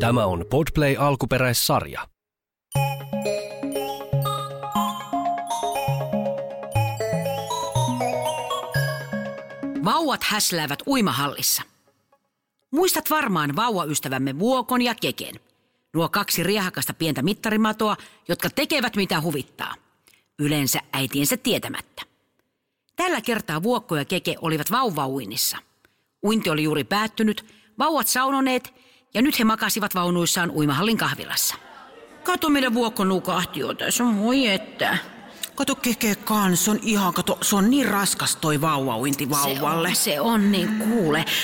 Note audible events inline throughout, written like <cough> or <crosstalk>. Tämä on Podplay alkuperäissarja. Vauvat häsläävät uimahallissa. Muistat varmaan vauvaystävämme Vuokon ja Keken. Nuo kaksi riehakasta pientä mittarimatoa, jotka tekevät mitä huvittaa. Yleensä äitiensä tietämättä. Tällä kertaa Vuokko ja Keke olivat vauvauinnissa. Uinti oli juuri päättynyt, vauvat saunoneet ja nyt he makasivat vaunuissaan uimahallin kahvilassa. Kato meidän Vuokko nukahti jo tässä, moi että. Kato keke kans, se on ihan, kato, se on niin raskas toi vauvauinti vauvalle. Se on, se on niin kuule.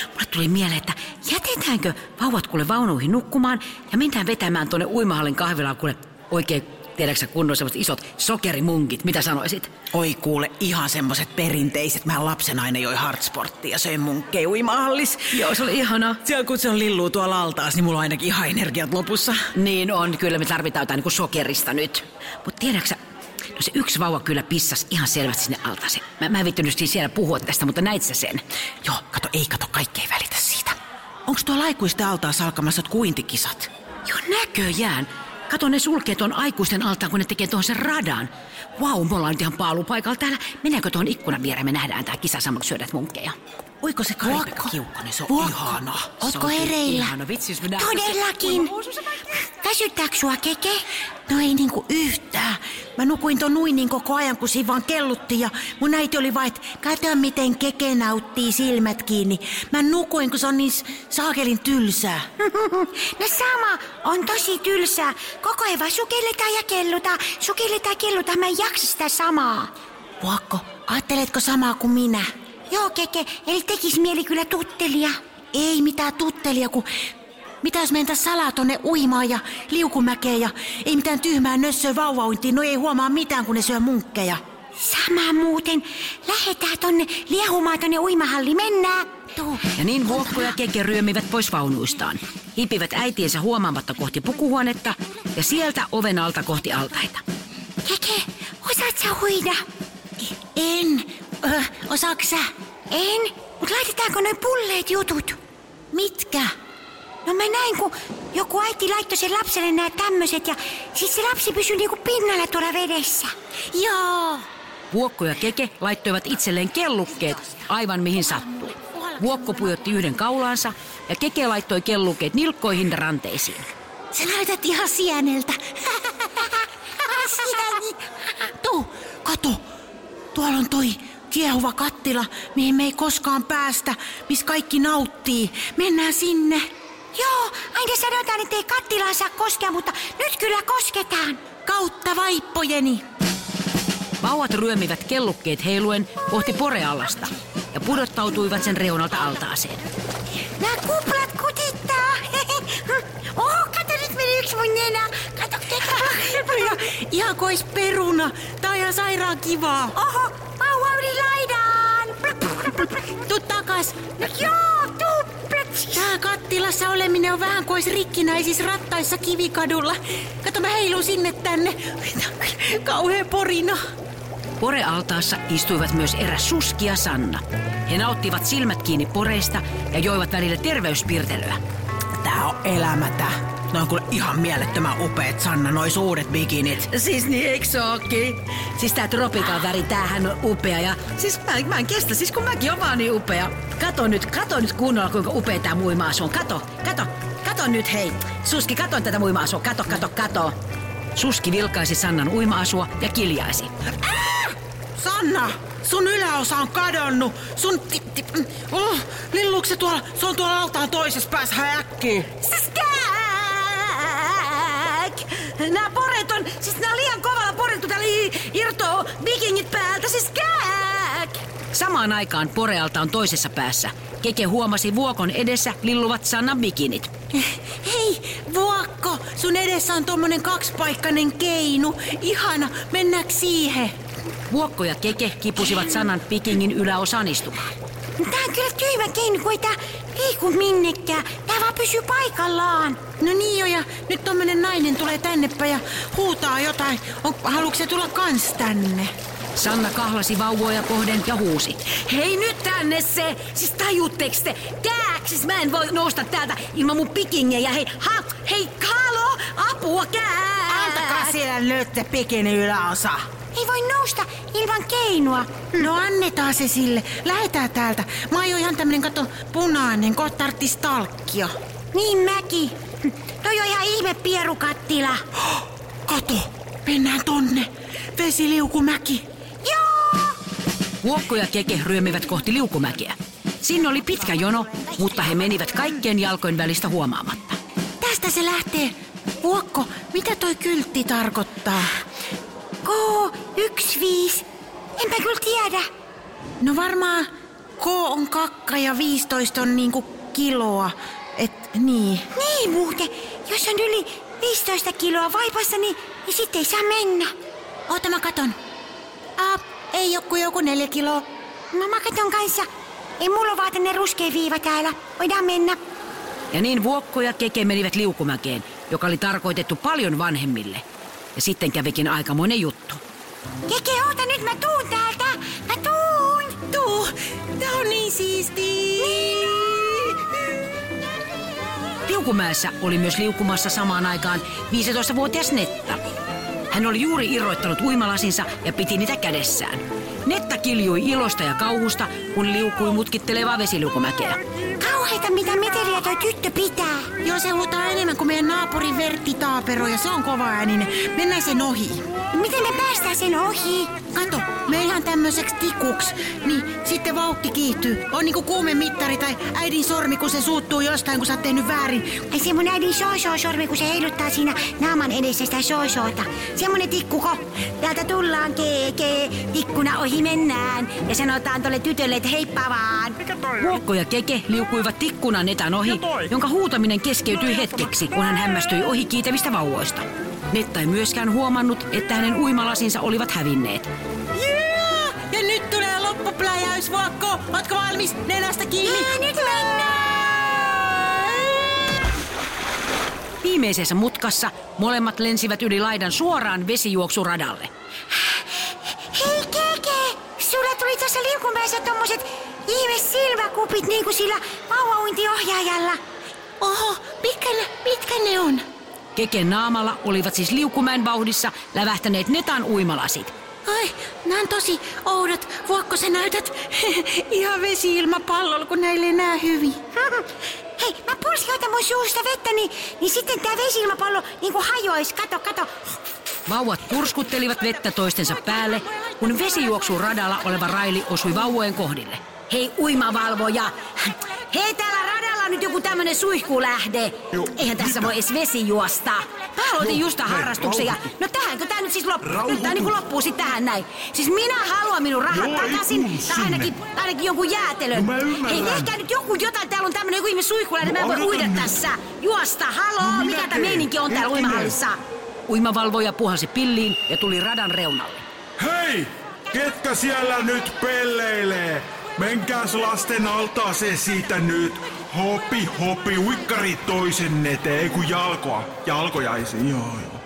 Mulle tuli mieleen, että jätetäänkö vauvat kuule vaunuihin nukkumaan ja mennään vetämään tuonne uimahallin kahvilaan kuule oikein tiedäksä kunnon semmoiset isot sokerimunkit. Mitä sanoisit? Oi kuule, ihan semmoset perinteiset. Mä lapsen aina joi hardsporttia ja söin mun keuimahallis. Joo, se oli ihanaa. Siellä kun se on lilluu tuolla altaas, niin mulla on ainakin ihan energiat lopussa. Niin on, kyllä me tarvitaan jotain niin kuin sokerista nyt. Mutta tiedäksä, no se yksi vauva kyllä pissas ihan selvästi sinne altaaseen. Mä, mä en vittynyt siis siellä puhua tästä, mutta näit sä sen. Joo, kato, ei kato, kaikki ei välitä siitä. Onks tuolla aikuisten altaas alkamassa kuintikisat? Joo, näköjään. Kato, ne sulkee tuon aikuisten altaan, kun ne tekee tuohon sen radan. Vau, wow, me ollaan nyt ihan paalupaikalla täällä. Mennäänkö tuohon ikkunan viereen, me nähdään tää kisa samalla syödät munkkeja. Oiko se Kari-Pekka Vuokko. Kiukkonen? Se on Vuokko. ihana. Se Ootko on siis siis kyllä hereillä? ihana. Vitsi, jos me nähdään- Todellakin. Väsyttääkö sua keke? No ei niinku yhtään. Mä nukuin ton uinin koko ajan, kun siinä vaan kellutti ja mun äiti oli vaan, että kato miten keke nauttii silmät kiinni. Mä nukuin, kun se on niin s- saakelin tylsää. No sama, on tosi tylsää. Koko ajan vaan sukelletaan ja kellutaan, sukelletaan ja kellutaan. Mä en jaksa sitä samaa. Vuokko, ajatteletko samaa kuin minä? Joo, keke, eli tekis mieli kyllä tuttelia. Ei mitään tuttelia, kun mitä jos mentä salaa tonne uimaan ja liukumäkeen ja ei mitään tyhmää nössöä vauvauintiin, no ei huomaa mitään, kun ne syö munkkeja. Sama muuten. Lähetään tonne liehumaan tonne uimahalli, mennään. Tuu. Ja niin Vuokko ja Keke ryömivät pois vaunuistaan. Hipivät äitiensä huomaamatta kohti pukuhuonetta ja sieltä oven alta kohti altaita. Keke, osaat sä huida? En. Ö, osaaks sä? En, mut laitetaanko noin pulleet jutut? Mitkä? No mä näin, kun joku äiti laittoi sen lapselle nämä tämmöiset ja siis se lapsi pysyi niinku pinnalla tuolla vedessä. Joo. Vuokko ja Keke laittoivat itselleen kellukkeet aivan mihin sattui. Vuokko pujotti yhden kaulaansa ja Keke laittoi kellukkeet nilkkoihin ja ranteisiin. Sä näytät ihan sieneltä. Sieni. Tuu, kato. Tuolla on toi kiehuva kattila, mihin me ei koskaan päästä, missä kaikki nauttii. Mennään sinne. Joo, aina sanotaan, että ei kattilaan saa koskea, mutta nyt kyllä kosketaan. Kautta vaippojeni. Vauvat ryömivät kellukkeet heiluen kohti poreallasta ja pudottautuivat sen reunalta altaaseen. Nämä kuplat <laughs> kutittaa. Oho, kato nyt meni yksi mun nenä. Kato, Ja ihan kois peruna. Tää on ihan sairaan kivaa. Oho, vauva yli laidaan. Tuu takas. No joo, tuu. plötsi. Tää kattilassa oleminen on vähän kuin olisi rikkinäisissä rattaissa kivikadulla. Kato, mä heilun sinne tänne. Kauhea porina. Porealtaassa istuivat myös eräs Suski ja Sanna. He nauttivat silmät kiinni poreista ja joivat välillä terveyspirtelyä. Tää on elämätä. Ne on kyllä ihan mielettömän upeet, Sanna, noi suuret bikinit. Siis niin, eikö se ookin? Siis tää tropikan väri, tämähän on upea ja siis mä, mä en kestä, siis kun mäkin oon vaan niin upea. Kato nyt, kato nyt kunnolla kuinka upea tää muima-asu on. Kato, kato, kato nyt hei. Suski, kato tätä muima-asua, kato, kato, kato. Suski vilkaisi Sannan uima-asua ja kiljaisi. Sanna, sun yläosa on kadonnut. Sun ti, ti, mm, oh, lilluuko se tuolla? Se on tuolla altaan toisessa päässä häkkiin. Skääk! Nää poret on, siis nää on liian kovalla porettu, täällä i- irtoo vikingit päältä, siis kääk! Samaan aikaan porealta on toisessa päässä. Keke huomasi vuokon edessä lilluvat Sannan bikinit. Hei, Vuokko, sun edessä on tommonen kaksipaikkainen keinu. Ihana, mennäänkö siihen? Vuokko ja Keke kipusivat Sannan bikingin yläosaan istumaan. Tää on kyllä tyhmä keino, kun ei tää liiku minnekään. Tää vaan pysyy paikallaan. No niin jo, ja nyt tommonen nainen tulee tänne päin ja huutaa jotain. On, haluatko se tulla kans tänne? Sanna kahlasi vauvoja kohden ja huusi. Hei nyt tänne se! Siis tajuutteks te? Kääk! Siis mä en voi nousta täältä ilman mun pikingejä. Hei, ha! Hei, Kalo, apua kää! Antakaa siellä nyt se pikini yläosa. Ei voi nousta ilman keinua. <laughs> No annetaan se sille. Lähetään täältä. Mä oon jo ihan tämmönen, kato, punainen. Kohta tarttis talkkia. Niin mäki. Toi on ihan ihme pierukattila. Kato, mennään tonne. Vesiliukumäki. Kuokko ja keke ryömivät kohti liukumäkeä. Sinne oli pitkä jono, mutta he menivät kaikkien jalkojen välistä huomaamatta. Tästä se lähtee. Vuokko, mitä toi kyltti tarkoittaa? K15. Enpä kyllä tiedä. No varmaan K on kakka ja 15 on niinku kiloa. Et niin. Niin muuten, jos on yli 15 kiloa vaipassa, niin, niin sitten ei saa mennä. Oota mä katon. Aa, ei joku joku neljä kiloa. No mä katon kanssa. Ei mulla ole vaan tänne ruskea viiva täällä. Voidaan mennä. Ja niin Vuokko ja Keke menivät liukumäkeen, joka oli tarkoitettu paljon vanhemmille. Ja sitten kävikin aikamoinen juttu. Keke, oota nyt, mä tuun täältä. Mä tuun. Niin. Tuu, tää on niin siistiä. Liukumäessä oli myös liukumassa samaan aikaan 15-vuotias Netta. Hän oli juuri irroittanut uimalasinsa ja piti niitä kädessään. Netta kiljui ilosta ja kauhusta, kun liukui mutkittelevaa vesiliukumäkeä. Kauheita, mitä meteliä toi tyttö pitää. Joo, se huutaa enemmän kuin meidän naapurin Vertti Taapero ja se on kova ääninen. Mennään sen ohi. Miten me päästään sen ohi? Kato, me ihan tämmöiseksi tikuks. Niin, sitten vauhti kiihtyy. On niinku kuumemittari tai äidin sormi, kun se suuttuu jostain, kun sä oot tehnyt väärin. Ai se mun äidin soosoo-sormi, kun se heiluttaa siinä naaman edessä sitä soosoota. Semmonen tikkuko. Täältä tullaan keke, tikkuna ohi mennään. Ja sanotaan tolle tytölle, että heippa vaan. Vuokko ja Keke liukuivat tikkunan Netan ohi, jonka huutaminen keskeytyi hetkeksi, kun hän hämmästyi ohi kiitävistä vauvoista. Netta ei myöskään huomannut, että hänen uimalasinsa olivat hävinneet. Ah, Jää! Ja nyt tulee loppupläjäys, Vuokko. Ootko valmis? Nenästä kiinni. Ja nyt mennään! Viimeisessä mutkassa molemmat lensivät yli laidan suoraan vesijuoksuradalle. Hei Keke, sulla tuli tässä liukumäessä tommoset ihme silmäkupit niinku sillä vauvauintiohjaajalla. Oho, mitkä, ne- mitkä ne on? Keken naamalla olivat siis liukumäen vauhdissa lävähtäneet Netan uimalasit. Ai, nämä on tosi oudot. Vuokko sä näytät <laughs> ihan vesiilmapallolla, kun näille ei näe hyvin. <laughs> Hei, mä pulskautan mun suusta vettä, niin, niin sitten tää vesilmapallo niinku hajois. Kato, kato. Vauvat purskuttelivat vettä toistensa päälle, kun vesijuoksun radalla oleva raili osui vauvojen kohdille. Hei uimavalvoja. Hei, täällä radalla on nyt joku tämmönen suihkulähde. Joo, Eihän tässä mitä? voi edes vesi juosta. Mä aloitin Joo, just tän hei, harrastuksen ja... rauhoitu. No tähänkö tää nyt siis loppuu? Nyt Rauhoitu. tää niinku loppuu sit tähän näin. Siis minä haluan minun rahat Joo, ei takaisin. kuulu Tai ainakin, sinne. ainakin jonkun jäätelön. No mä ymmärrän. Hei, tehkää nyt joku jotain. Täällä on tämmönen joku ihme suihkulähde. Mä en No voi aloita uida nyt. tässä. Juosta, haloo. No minä Mikä tää teen. meininki on täällä Hetkinen. uimahallissa? Uimavalvoja puhalsi pilliin ja tuli radan reunalle. Hei! Ketkä siellä nyt pelleilee? Menkääs lasten altaaseen siitä nyt. Hopi, hopi, uikkari toisen eteen, ei kun jalkoa. Jalkoja ei se, joo joo.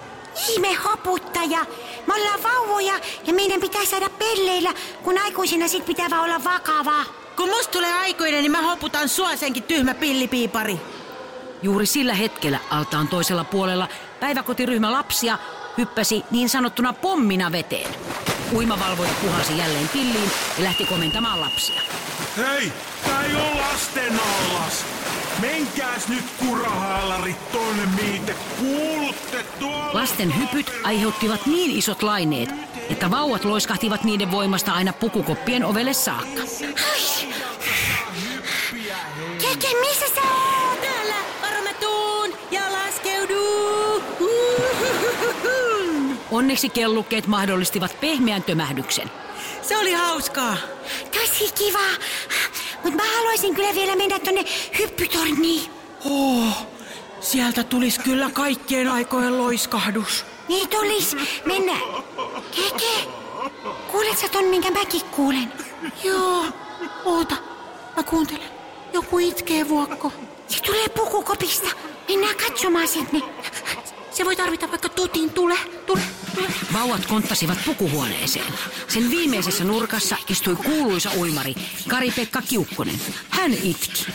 Ihme hoputtaja. Me ollaan vauvoja ja meidän pitää saada pelleillä, kun aikuisina sit pitää vaan olla vakavaa. Kun musta tulee aikuinen, niin mä hoputan sua senkin tyhmä pillipiipari. Juuri sillä hetkellä altaan toisella puolella päiväkotiryhmä lapsia hyppäsi niin sanottuna pommina veteen. Uimavalvoja puhalsi jälleen pilliin ja lähti komentamaan lapsia. Hei, tää ei oo lasten allas. Menkääs nyt kurahaalarit tonne miite. Kuulutte tuolla. Lasten hypyt aiheuttivat niin isot laineet, että vauvat loiskahtivat niiden voimasta aina pukukoppien ovelle saakka. Ai. Keke, missä sä oot? Täällä varmetuun ja laskeuduu. Uhuhuhuhu. Onneksi kellukkeet mahdollistivat pehmeän tömähdyksen. Se oli hauskaa. Tosi kiva. Mut mä haluaisin kyllä vielä mennä tonne hyppytorniin. Oh, sieltä tulisi kyllä kaikkien aikojen loiskahdus. Niin tulis. Mennä. Keke, kuulet sä ton, minkä mäkin kuulen? Joo, oota. Mä kuuntelen. Joku itkee vuokko. Se tulee pukukopista. Mennään katsomaan niin. sinne. Se voi tarvita vaikka tutin. Tule, tule, tule. Vauvat konttasivat pukuhuoneeseen. Sen viimeisessä nurkassa istui kuuluisa uimari Kari-Pekka Kiukkonen. Hän itki.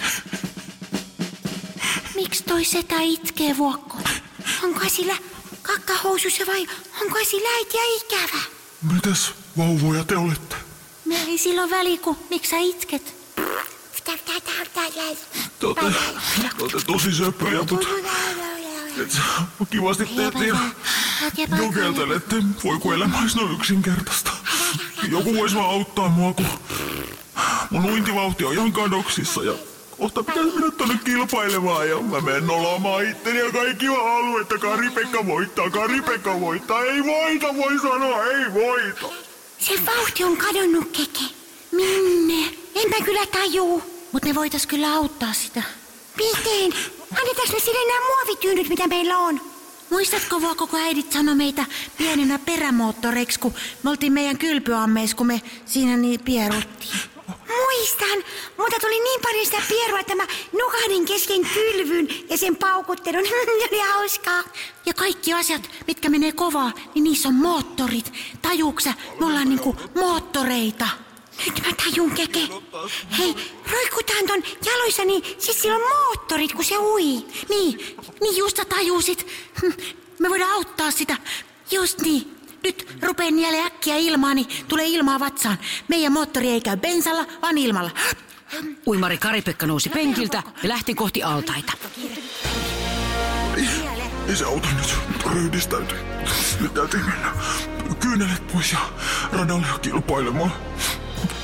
Miksi toi setä itkee vuokkona? Onko sillä kakkahousussa vai onko sillä äitiä ikävä? Mitäs vauvoja te olette? Me ei silloin väli, kun miksi sä itket? Te olette, te olette tosi söpöjä, mutta et sä- kivasti teette ja jokeltelette. Voi kun elämä olisi noin yksinkertaista. Joku voisi vaan auttaa mua, kun mun uintivauhti on ihan kadoksissa ja kohta pitäisi mennä tonne kilpailemaan ja mä menen nolaamaan itteni ja kaikki on aluetta. Kari-Pekka voittaa, Kari-Pekka voittaa. Ei voita, voi sanoa, ei voita. Se vauhti on kadonnut, keke. Minne? Enpä kyllä tajuu. Mutta me voitais kyllä auttaa sitä. Miten? Annetaanko me sille nämä muovityynyt, mitä meillä on? Muistatko vaan, koko äidit sanoi meitä pienenä perämoottoreiksi, kun me oltiin meidän kylpyammeissa, kun me siinä niin pieruttiin. Muistan, mutta tuli niin paljon sitä pierua, että mä nukahdin kesken kylvyn ja sen paukuttelun. <laughs> oli hauskaa. Ja kaikki asiat, mitkä menee kovaa, niin niissä on moottorit. Tajuuksä, me ollaan niinku moottoreita. Nyt mä tajun keke. Hei, roikutaan ton jaloissa, niin siis sillä on moottorit, kun se ui. Niin, niin just sä tajusit. <laughs> Hm, Me voidaan auttaa sitä. Just niin. Nyt rupee niele äkkiä ilmaa, niin tulee ilmaa vatsaan. Meidän moottori ei käy bensalla, vaan ilmalla. Uimari Karipekka nousi penkiltä ja lähti kohti altaita. Ei se auta nyt. Ryhdistäyty. Nyt täytyy mennä. Kyynelet pois ja radalle kilpailemaan.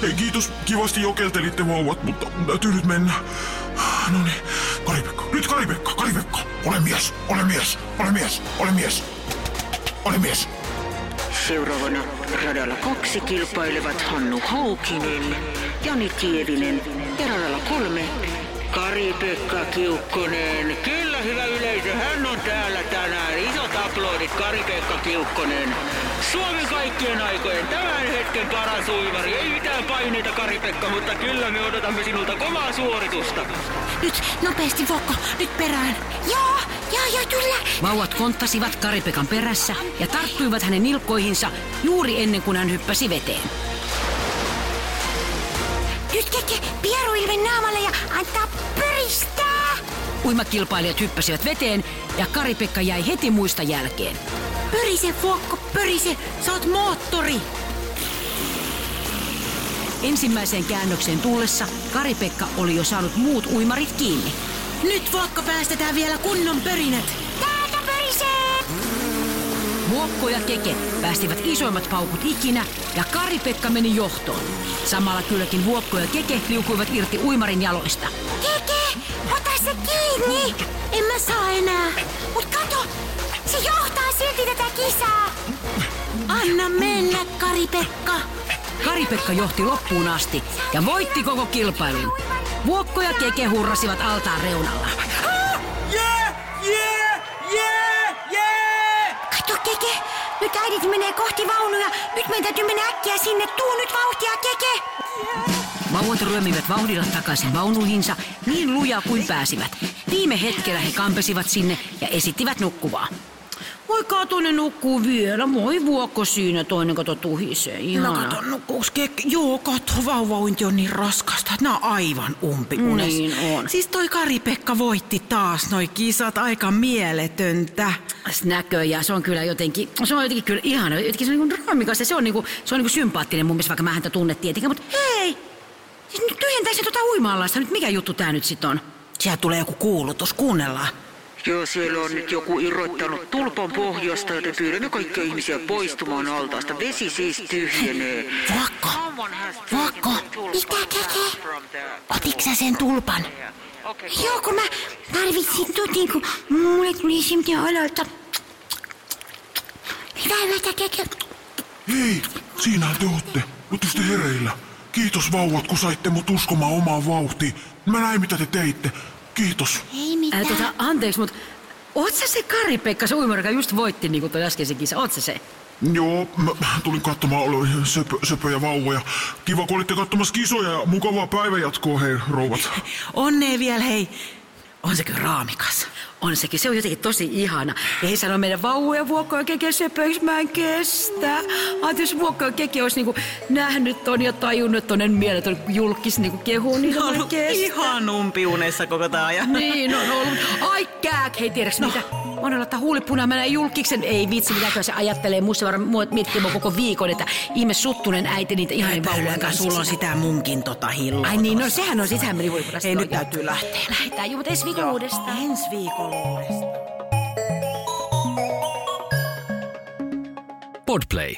Ei kiitos, kivasti jokeltelitte vauvat, mutta täytyy nyt mennä. No niin, Karipekka, nyt Karipekka, Karipekka. Ole mies, ole mies, ole mies, ole mies. Ole mies. Seuraavana radalla kaksi kilpailevat Hannu Haukinen, Jani Kievinen ja radalla kolme Kari-Pekka Kiukkonen. Kyllä hyvä yleisö, hän on täällä tänään. Isot aplodit Kari-Pekka Kiukkonen. Suomi kaikkien aikojen, tämän hetken paras uivari. Ei mitään paineita Kari-Pekka, mutta kyllä me odotamme sinulta kovaa suoritusta. Nyt, nopeasti Vokko, nyt perään. Joo, joo, joo, kyllä. Vauvat konttasivat Karipekan perässä ja tarttuivat hänen nilkkoihinsa juuri ennen kuin hän hyppäsi veteen. Nyt keke pieru ilmen naamalle ja antaa pyristää. Uimakilpailijat hyppäsivät veteen ja Karipekka jäi heti muista jälkeen. Pörise, Vokko, pörise. Sä oot moottori. Ensimmäiseen käännökseen tullessa Karipekka oli jo saanut muut uimarit kiinni. Nyt Vokko päästetään vielä kunnon pörinät. Täältä pörisee. Muokko ja Keke päästivät isoimmat paukut ikinä ja Karipekka meni johtoon. Samalla kylläkin Vuokko ja Keke liukuivat irti uimarin jaloista. Keke, ota se kiinni. En mä saa enää. Mut kato, se johtaa silti tätä kisaa. Anna mennä, Kari-Pekka. Karipekka johti loppuun asti ja voitti koko kilpailun. Vuokko ja Keke hurrasivat altaan reunalla. Jee! Jee! Jee! Jee! Kato keke, nyt äidit menee kohti vaunuja. Nyt meidän täytyy mennä äkkiä sinne. Tuu nyt vauhtia keke. Vauvat ryömivät vauhdilla takaisin vaunuihinsa niin lujaa kuin pääsivät. Viime hetkellä he kampesivat sinne ja esittivät nukkuvaa. Voi kato, ne nukkuu vielä. Voi vuokko siinä, toinen kato tuhisee. No Ihana. kato, nukkuuks kek... Joo, kato, vauvauinti on niin raskasta, että nää on aivan umpikunes. Niin on. Siis toi Kari-Pekka voitti taas noi kisat, aika mieletöntä. näköjään, se on kyllä jotenkin, se on jotenkin kyllä ihana, jotenkin se on niin raamikas ja se on, niin kuin, se on niin kuin sympaattinen mun mielestä, vaikka mä häntä tunnet tietenkin, mutta hei, siis nyt tyhjentäisi tota uimaalaista, nyt mikä juttu tää nyt sit on? Siellä tulee joku kuulutus, kuunnellaan. Joo, siellä on nyt joku irrottanut tulpan pohjasta, joten pyydämme kaikkia ihmisiä poistumaan altaasta. Vesi siis tyhjenee. Vokko, Vokko, Mitä keke? otiks sä sen tulpan? Joo, kun mä tarvitsin tutin, kun mulle tuli semmoinen olo, että... Mitä hyvää keke? Hei, siinä te ootte. Ootteko te hereillä? Kiitos vauvat, kun saitte mut uskomaan omaan vauhtiin. Mä näin, mitä te teitte. Kiitos. Ei mitään. Ää, tota, anteeksi, mutta oot sä se Kari-Pekka, se uimari, joka just voitti niin kuin toi äskeisen kisa, oot sä se? Joo, mä tulin katsomaan oli söpö, söpöjä vauvoja. Kiva, kun olitte katsomassa kisoja ja mukavaa päivänjatkoa, hei rouvat. Onnea vielä, hei. On se kyllä raamikas. On sekin, se on jotenkin tosi ihana. Ja he sanoi meidän vauvoja vuokkoja keke söpöiksi, mä en kestä. Ajattelin, jos vuokkoja keke olisi niinku nähnyt ton ja tajunnut tonen mieletön julkis niinku kehu, niin Ne on no, mä en ollut kestä. ihan umpiunessa koko tää ajan. Niin, on ollut. Ai kääk, hei tiedäks no. mitä? On ollut, että huulipuna menee julkiksen. Ei vitsi, mitäkö se ajattelee. Musta varmaan mua miettii mua koko viikon, että ihme suttunen äiti niitä ihan vauvojen Epäilenpä, kanssa. sulla on sitä munkin tota hilloa. Ai niin, no sehän on sisähän meni huipulasta. Ei, nyt täytyy lähteä. Lähetään, juu, mutta ensi viikolla uudestaan. Ensi viikolla uudestaan. Podplay.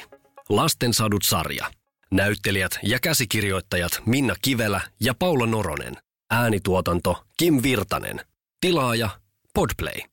Lastensadut sarja. Näyttelijät ja käsikirjoittajat Minna Kivelä ja Paula Noronen. Äänituotanto Kim Virtanen. Tilaaja Podplay.